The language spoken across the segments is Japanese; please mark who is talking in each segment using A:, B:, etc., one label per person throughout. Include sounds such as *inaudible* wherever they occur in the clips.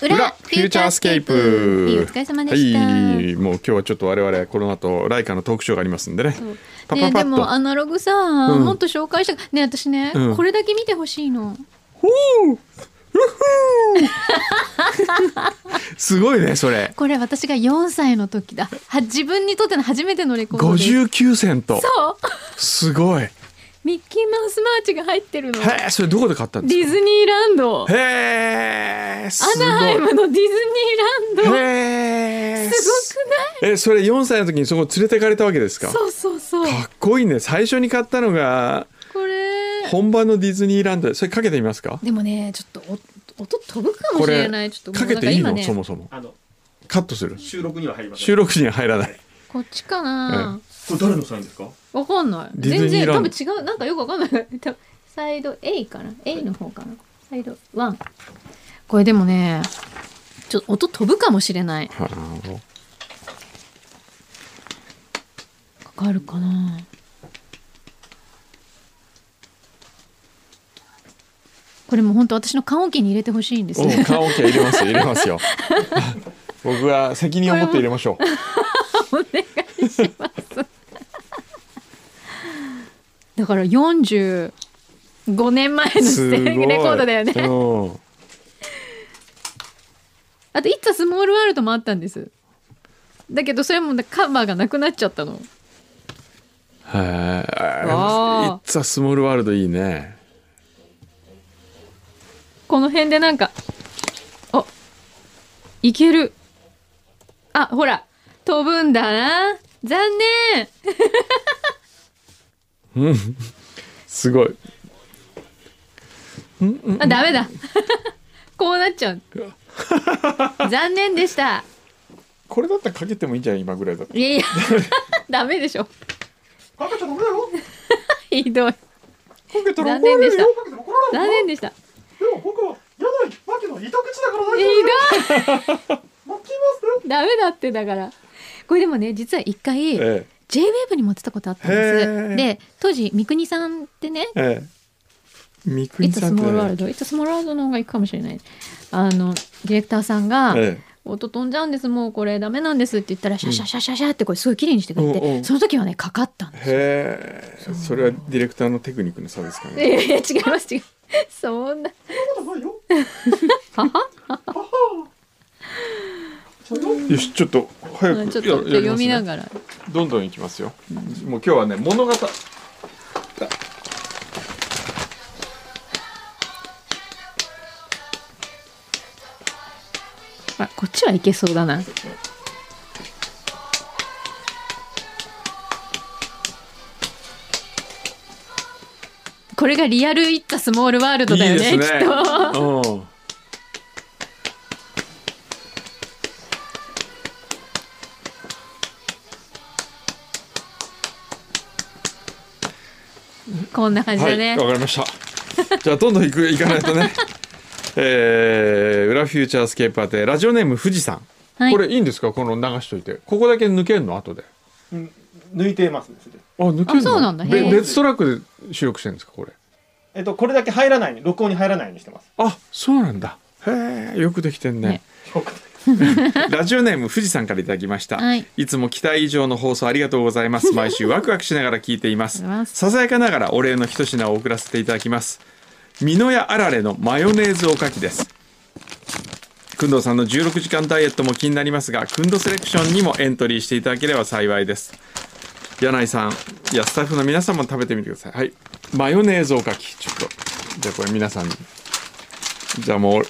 A: フューチャースケープ。
B: はいお疲れ様でした
A: はい、もう今日はちょっと我々この後ライカのトークショーがありますんでね。パ
B: ね
A: パ
B: え
A: パ
B: で
A: ッと
B: も。アナログさ、
A: ん
B: もっと紹介したねえ私ね、
A: うん
B: これだけ見てほしいの
A: ほう。ふふーすごいねそれ。
B: これ私が4歳の時だは自分にとっての初めてのレコード
A: 五
B: です
A: 十九セント。
B: そう *laughs*
A: すごい。へ
B: ミッキーマウスマーチが入ってるの
A: え、それどこで買ったん
B: デ
A: で
B: ィ
A: す
B: ズニーランド
A: か。へえ、す
B: ア
A: ごい。
B: ナハイムのディズニーランド
A: へえ。
B: すごくない
A: え、それ四歳の時にそこ連れてかれたわけですか。か
B: そうそうそう
A: っこいいね。最初に買ったのが
B: これ
A: 本場のディズニーランドで、それかけてみますか。
B: でもねちょっとお音飛ぶかも
A: こ
B: しれ
A: れ
B: ないちょっと
A: か
B: もう
A: け
B: なんか
A: ていい
B: 今
A: の、
B: ね
A: そもそも
C: あの
A: カットする
C: 収録には入りません。
A: 収録時には入らない
B: こっちかな、
C: これ誰のサインですか？
B: わかんない
A: ディズ
B: 全
A: ニー
B: 然
A: ラ
B: 多
A: ンド
B: 分違うなんかよくわかんない多分サイド A かな A の方かなサイド1これでもねちょっと音飛ぶかもしれない
A: はあ
B: かかるかなこれもう本当私の缶桶に入れてほしいんです
A: お
B: ね
A: 缶オ入れますよ入れます *laughs* よ僕は責任を持って入れましょう
B: だから45年前の
A: す
B: ス
A: ごい
B: テレレコードだよね
A: うん
B: あと「いつスモールワールド」もあったんですだけどそれもカバーがなくなっちゃったの
A: はい
B: わあ
A: It's a small world いいね
B: この辺でなんかあいけるあほら飛ぶんだな残念
A: すごい
B: あダメだ *laughs* こうなっちゃ
A: *laughs*
B: う残念でした
A: これだったらかけてもいいんじゃない今ぐらいだった
B: い
A: *laughs*
B: やいやダメでしょ
C: かけちゃダメだよ。
B: ひどい
C: かけたら
B: 残
C: 怒ら
B: 念で
C: れる
B: した
C: よ。かけたら怒ら
B: 残
C: れるよ。
B: 念でした
C: でも僕はやないマキの糸口だから大
B: ひ
C: 丈
B: ど
C: 夫
B: い
C: だよ。マッキーマウスだよ。
B: ダメだってだからこれでもね実は一回
A: え
B: JWAVE にもやってたことあったんで
A: へ
B: す
A: ー
B: で当時三國さんってね
A: えええみく
B: い
A: に
B: つ
A: さ
B: ス
A: んって
B: モールワールドいつスモールワールドの方がいいかもしれないあのディレクターさんが
A: え
B: 「音飛んじゃうんですもうこれダメなんです」って言ったらシャシャシャシャシャってこれすごい綺麗にしてくれ
A: うんう
B: て
A: ん
B: その *laughs* 時はねかかったん
A: えへえそれはディレクターのテクニックの差ですか
B: い
A: ね
B: やいや違います違うそんな
C: そんなことないよ。
A: よしちょっと早く
B: ちょっと
A: ややり
B: 読
A: ます
B: み
A: ね
B: ながら
A: どんどんいきますよ、もう今日はね物語
B: あこっちはいけそうだなこれがリアルイッタスモールワールドだよね
A: いいですね
B: きっと
A: うん
B: こんな感じ
A: は
B: だ
A: い
B: ね、
A: わかりましたじゃあどんどん行く行かないとね *laughs* えー、裏フューチャースケープ宛てラジオネーム富士山、
B: はい
A: これいいんですかこの流しといてここだけ抜けんの後で
C: うん抜いてますですね。
A: あ抜けんの
B: あそうなんだへ
A: べ
B: ー
A: 別トラックで収録してるんですかこれ
C: えっとこれだけ入らない録音に入らないようにしてます。
A: あそうなんだへえよくできてん
B: ね
A: ね
B: *laughs*
A: ラジオネーム富士山からいただきました、
B: はい
A: い、つも期待以上の放送ありがとうござい
B: *laughs*
A: ます毎週ワクワクしながら聞いていま
B: あ
A: す
B: りがとうございます
A: ささやかながらお礼の一品を送らせていただきます美濃屋あられのマヨネーズおかきですくんどうさんの16時間ダイエットも気になりますがくんどセレクションにもエントリーしていただければ幸いです柳井さんいやスタッフの皆さんも食べてみてくださいはいマヨネーズおかきちょっとじゃあこれ皆さんにじゃあもう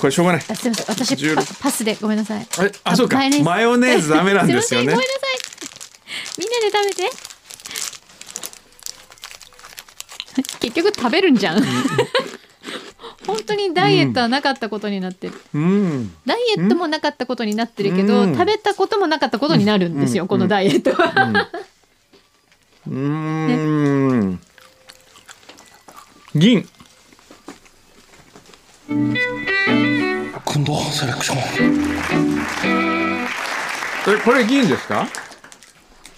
A: これしょうがない
B: あすいません私
A: 16
B: パパスでごめんなさい
A: えあそうか
B: パイナップル
A: マヨネーズダメなんですよね
B: すい *laughs* ませんごめんなさいみんなで食べて *laughs* 結局食べるんじゃん *laughs* 本当にダイエットはなかったことになってる、
A: うん
B: ダイエットもなかったことになってるけど、
A: うん
B: 食べたこともなかったことになるんですよ、
A: うん
B: このダイエットは、
A: うーん銀
D: くんどうセレクション
A: えこれ銀ですか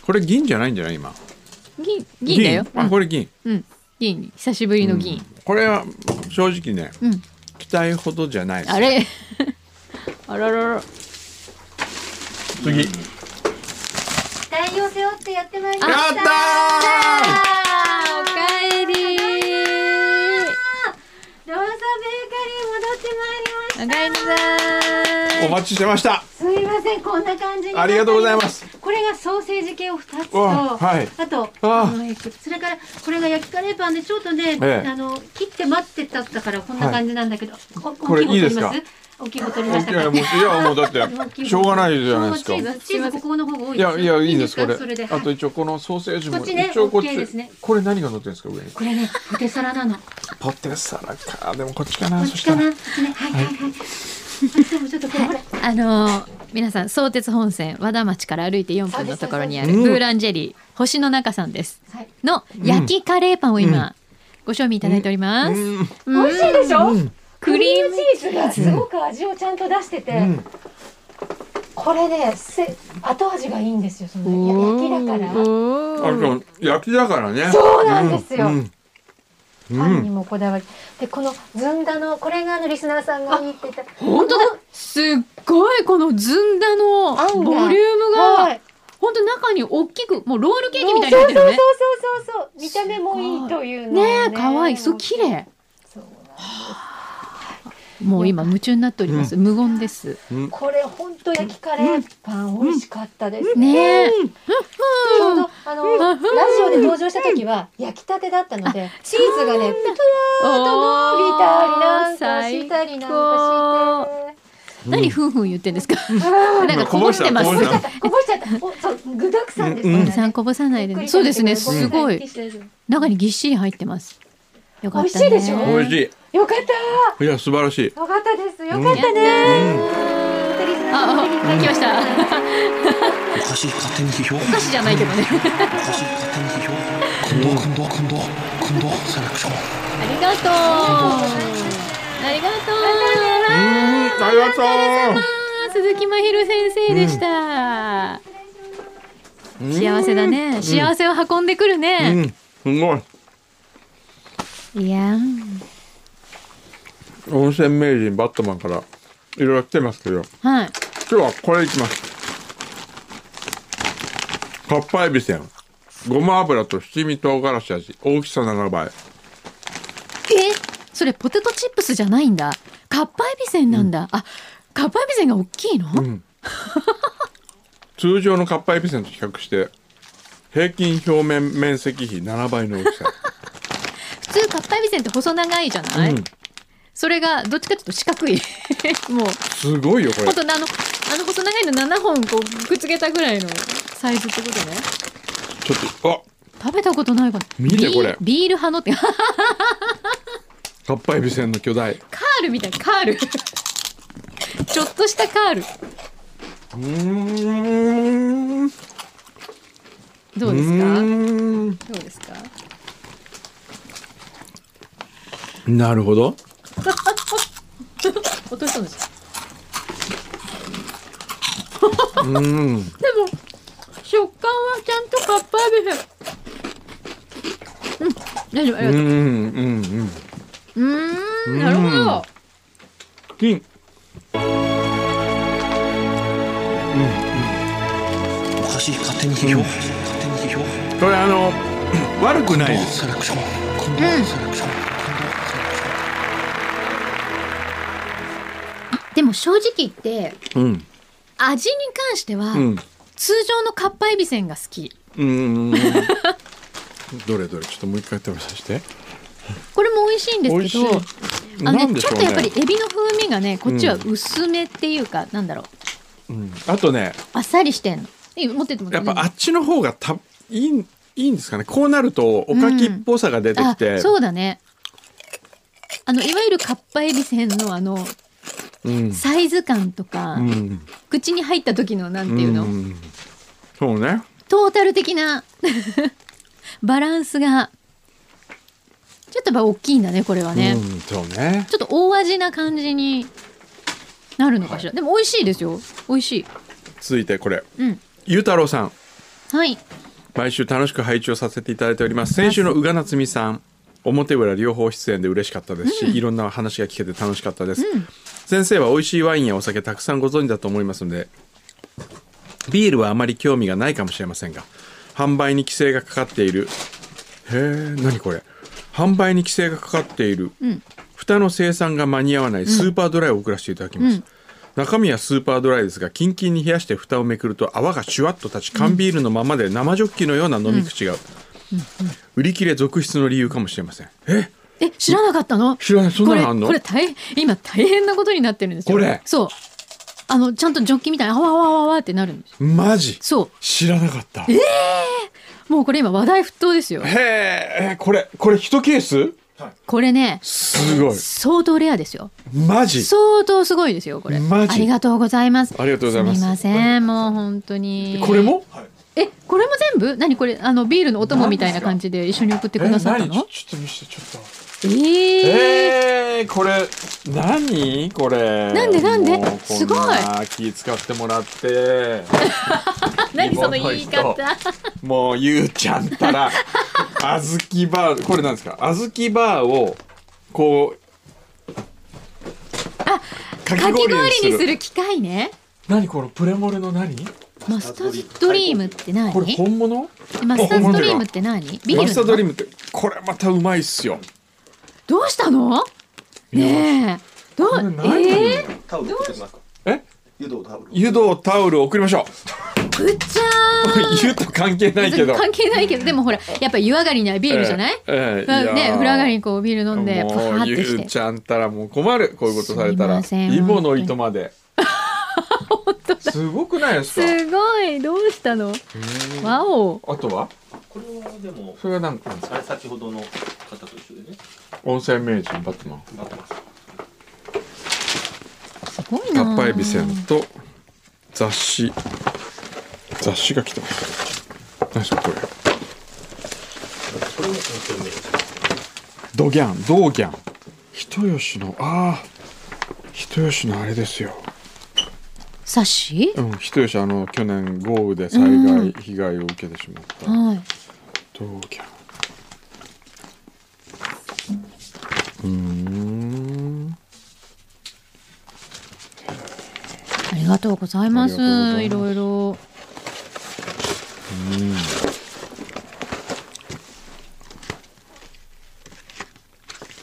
A: これ銀じゃないんじゃない今
B: *laughs* 銀銀だよ
A: 銀あこれ銀、
B: うん銀久しぶりの銀、
A: これは正直ね、
B: うん
A: *laughs* 期待ほどじゃないです
B: あれあららら。
C: 次。
E: 期待を背負ってやってまいりま
A: やっ
E: した
A: た
B: あーおかえり
E: ローザベーカリー戻ってまいりまし
B: おかえりな
A: ーお
B: さい
A: 待ちしてました
E: たすいませんこんな感じになっ
A: あ
E: て
A: りがとうございます
E: これがソーセージ系を2つと、
A: わはい
E: あと
A: あ
B: はい
E: それからこれが焼きカレーパンでちょっとね、
A: ええ
E: あの切って待ってたったからこんな感じなんだけど、お
A: これいいですか
E: 大きい方取り
A: あ
E: ま
A: い
E: した
A: や
E: か
A: もういやもうだってしょうがないじゃないですか
E: チーズチーズここの方が多い
A: いやいやいいですこれ
E: それで
A: あと一応このソーセージも
E: こっちね
A: 一応こっ
E: OK です
A: ち
E: ね
A: これ何が乗ってるんですか上に
E: これねポテサラなのこ
A: ポテサラかでもこっちかな
E: っ
A: そ
E: ち
A: した
E: からなこっちねはいはいはいあでもちょっとこれほら
B: あのー皆さん相鉄本線和田町から歩いて4分のところにある
A: そうです
B: ブーランジェリー星の中さんです
E: はい
B: の焼きカレーパンを今ご賞味いただいております、
A: う
B: う
A: ん
B: ん
E: 美味しいでしょ、
B: ク
E: ク
B: リ
E: リ
B: ー
E: ー
B: ム
E: ムチーズがすごく味をちゃんと出してて、
A: うん
E: これねせ後味がいいんですよそのや焼きだから
A: あと焼きだからね
E: そうなんですよ
A: うんうん
E: パンにもこだわりでこのずんだのこれがあのリスナーさんがいいって言った
B: 本当だすっごいこのずんだの
E: あんが
B: ボリューム
E: は
B: が
E: い
B: 本当中に大きくもうロールケーキみたいに入ってるね
E: そうそうそうそうそう見た目もいいというのを
B: ねえ可愛いそう綺麗
E: そうなんです
B: もう今夢中になっております、無言です
E: これ本当焼きカレーパン美味しかったですね、
B: ねえ、
E: ちょうどあの、ラジ
B: ん
E: オで登場した時は焼きたてだったので、チーズがね、プ
B: お
E: ラーッと伸びたりなんか
B: 最
E: したりなんか
B: 何ふんふん言ってんですか、
E: し
B: なんかこぼしてます
A: こぼしたこぼした
E: て、こぼしちゃった。おそう具沢山ですね。
A: うん
B: 皆さんこぼさないでそうですねすごい中にぎっしり入ってますよかったね
E: 美味しいでしょ
A: 美味し
E: よかった
A: いいや素晴らしい
E: よかったです。よかった
A: う
E: ね
A: ん。
E: 本当にリスナーさん
B: あ、来ました
D: おかしい勝手に批評お
B: お菓子じゃないけどね
D: かしい勝手に批評くんどうくんどうくんどうくんどうセレクション
B: ありがとうありが
A: う
B: と
A: んありがと
B: う鈴木真昼先生でした、
A: う
B: 幸せだね、幸せを運んでくるね、
A: うんすごい
B: いやー
A: 温泉名人バットマンからいろいろ来てますけど
B: はい
A: 今日はこれいきますかっぱえびせんごま油と七味唐辛子味大きさ7倍
B: えそれポテトチップスじゃないんだカッパエビせんなんだ、あカッパエビせんが大きいの、
A: ん通常のかっぱえびせんと比較して平均表面面積比7倍の大きさ、
B: 普通カッパエビせんって細長いじゃない、
A: うん
B: それがどっちかというと四角い *laughs* もう
A: すごいよこれ
B: ほんとあのあの細長いの7本こうくっつけたぐらいのサイズってことね
A: ちょっとあ
B: 食べたことないかも
A: 見て
B: ビー
A: これ
B: ビール派のってカ
A: かっぱえびせんの巨大
B: ールみたいカール *laughs* ちょっとしたカール
A: うーん
B: どうです
A: う
B: か
A: ーん
B: どうですか
A: なるほど
B: 落としたんですよ
A: うん
B: *laughs* でも食感はちゃんとカッパービうん大丈夫ありが
A: う
B: とう
A: んうんうん
B: うーんなるほど
A: 金
D: おかしい勝手に批評勝手に批評
A: これあの悪くないで
D: くんどう
A: す
D: セレクションくんどうセレクション
B: でも正直言って
A: うん
B: 味に関しては、
A: うん
B: 通常のカッパエビせんが好き
A: うんうんうんどれどれちょっともう一回食べさせて
B: これも美味しいんで
A: 美味
B: す
A: し
B: け
A: い
B: どあ
A: な
B: の
A: ん
B: ね
A: で
B: ち
A: し
B: ょっ
A: ょう
B: とやっぱり
A: ね
B: エビの風味がねこっちは薄めっていうか、なんだろう
A: うんあとね
B: あっさりしてんのいい持ってってもら
A: や
B: っ
A: ってぱあっちの方がたいいいいんですかねこうなるとおかきっぽさが出てきて
B: あそうだねあのいわゆるカッパエビせんのあの
A: うん
B: サイズ感とか、
A: うん
B: 口に入った時のなんていうの、
A: んそうね
B: トータル的な *laughs* バランスがちょっとやっぱ大きいんだねこれはね、
A: うんそうね
B: ちょっと大味な感じになるのかしら、でも美味しいですよ美味しい
A: 続いてこれ
B: うん
A: ゆうたろうさん
B: はい
A: 毎週楽しく配置をさせていただいております先週の宇賀なつみさん表裏両方出演で嬉しかったですし、いろんな話が聞けて楽しかったです、先生は美味しいワインやお酒たくさんご存知だと思いますのでビールはあまり興味がないかもしれませんが販売に規制がかかっているへえ何これ販売に規制がかかっている、蓋の生産が間に合わないスーパードライを送らせていただきます、中身はスーパードライですがキンキンに冷やして蓋をめくると泡がシュワッと立ち缶ビールのままで生ジョッキのような飲み口が、売り切れ続出の理由かもしれませんえ
B: え知らなかったの
A: 知らないそん
B: こ
A: な
B: れ
A: のあんの
B: これ大変今大変なことになってるんですよ
A: これ
B: そうあのちゃんとジョッキみたいにあわあわあわあわってなるんですよ
A: マジ
B: そ
A: 知らなかった
B: うもうこれ今話題沸騰ですよ
A: へえこれこれ一ケース
B: これね
A: すごい
B: 相当レアですよ
A: マジ
B: 相当すごいですよこれ
A: マジ
B: ありがとうございます
A: ありがとうございます
B: すみませんもう本当に
A: これも
B: えこれも全部何これあのビールのお供みたいな感じで一緒に送ってくださったの
A: ちょっと見せてちょっと
B: えー、
A: えー、これ何これ
B: なんでなんで
A: もうこな
B: すごい
A: 気使ってもらって
B: 何その言い方
A: もうゆうちゃんったら小豆バーこれなんですか小豆バーをこうか
B: かき氷にする機械ね
A: 何このプレモルの何
B: マスタードリームって何
A: これ本物
B: マスタードリームって何ビールな
A: マ
B: の
A: スタードリームってこれまたうまいっすよ
B: どうしたのねえどう
A: これ何
B: えー、
F: タオル送ってきますか
A: え
F: 湯道タオル
A: 湯道タオル送りましょ
B: うっちゃ
A: う湯と関係な
B: ー
A: い
B: ん
A: けど
B: 関係ないけどでもほらやっぱり湯上がりにはビールじゃない、
A: えーえーいやー
B: ね風呂上がりにこうビール飲んでパ
A: も
B: ーっ
A: うゆ
B: てし
A: う
B: て
A: ちゃんったらもう困るこういうことされたら
B: すみません
A: イボの糸まですごくないですか
B: すごいどうしたのわお
A: あとは
F: これはでも
A: それは何かなんですか
F: あれ先ほどの方と一緒でね
A: 温泉名人バットマン
F: 待ってます
B: すごいな
A: かっぱえびせんと雑誌雑誌が来てます何ですかこれ
F: これは温泉名人
A: ドギャンドーギャン人吉のああ人吉のあれですよ
B: サッシ
A: うん人吉あの去年豪雨で災害被害を受けてしまった、
B: はい
A: ドーギャンうーん
B: ありがとうございます
A: ありがとうご
B: いろ
A: ざいます
B: いろ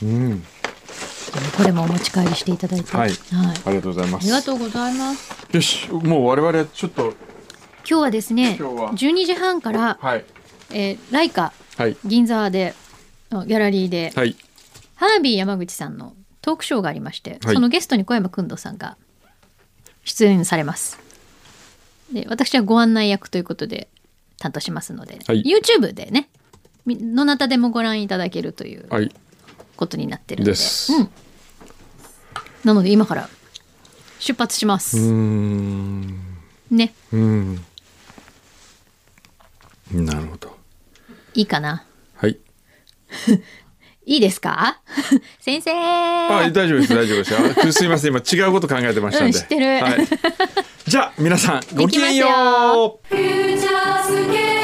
A: うん
B: これもお持ち帰りしていただいて
A: はい
B: はい、
A: ありがとうござい
B: あ
A: ま
B: りが
A: す
B: とうございます
A: よしもう我々ちょっと
B: 今日はですね
A: 今日は
B: 12時半から、
A: はい
B: えーライカ
A: はい
B: 銀座でのギャラリーで、
A: はい
B: ハービー山口さんのトークショーがありまして、
A: はい
B: そのゲストに小山君堂さんが出演されますで私はご案内役ということで担当しますので、
A: はい
B: YouTube でねみどなたでもご覧いただけるという
A: はい
B: ことになってるので
A: です
B: うん、なので今から出発します、
A: うーん
B: ね
A: うんなるほど
B: いいかな
A: はい
B: いいですか *laughs* 先生
A: あ大丈夫です大丈夫ですよ *laughs* あすいません今違うこと考えてましたんで、
B: うん知ってる
A: はい、じゃあ皆さんごきげんよ
B: いきますよ「
A: う
B: フューチャースケープ」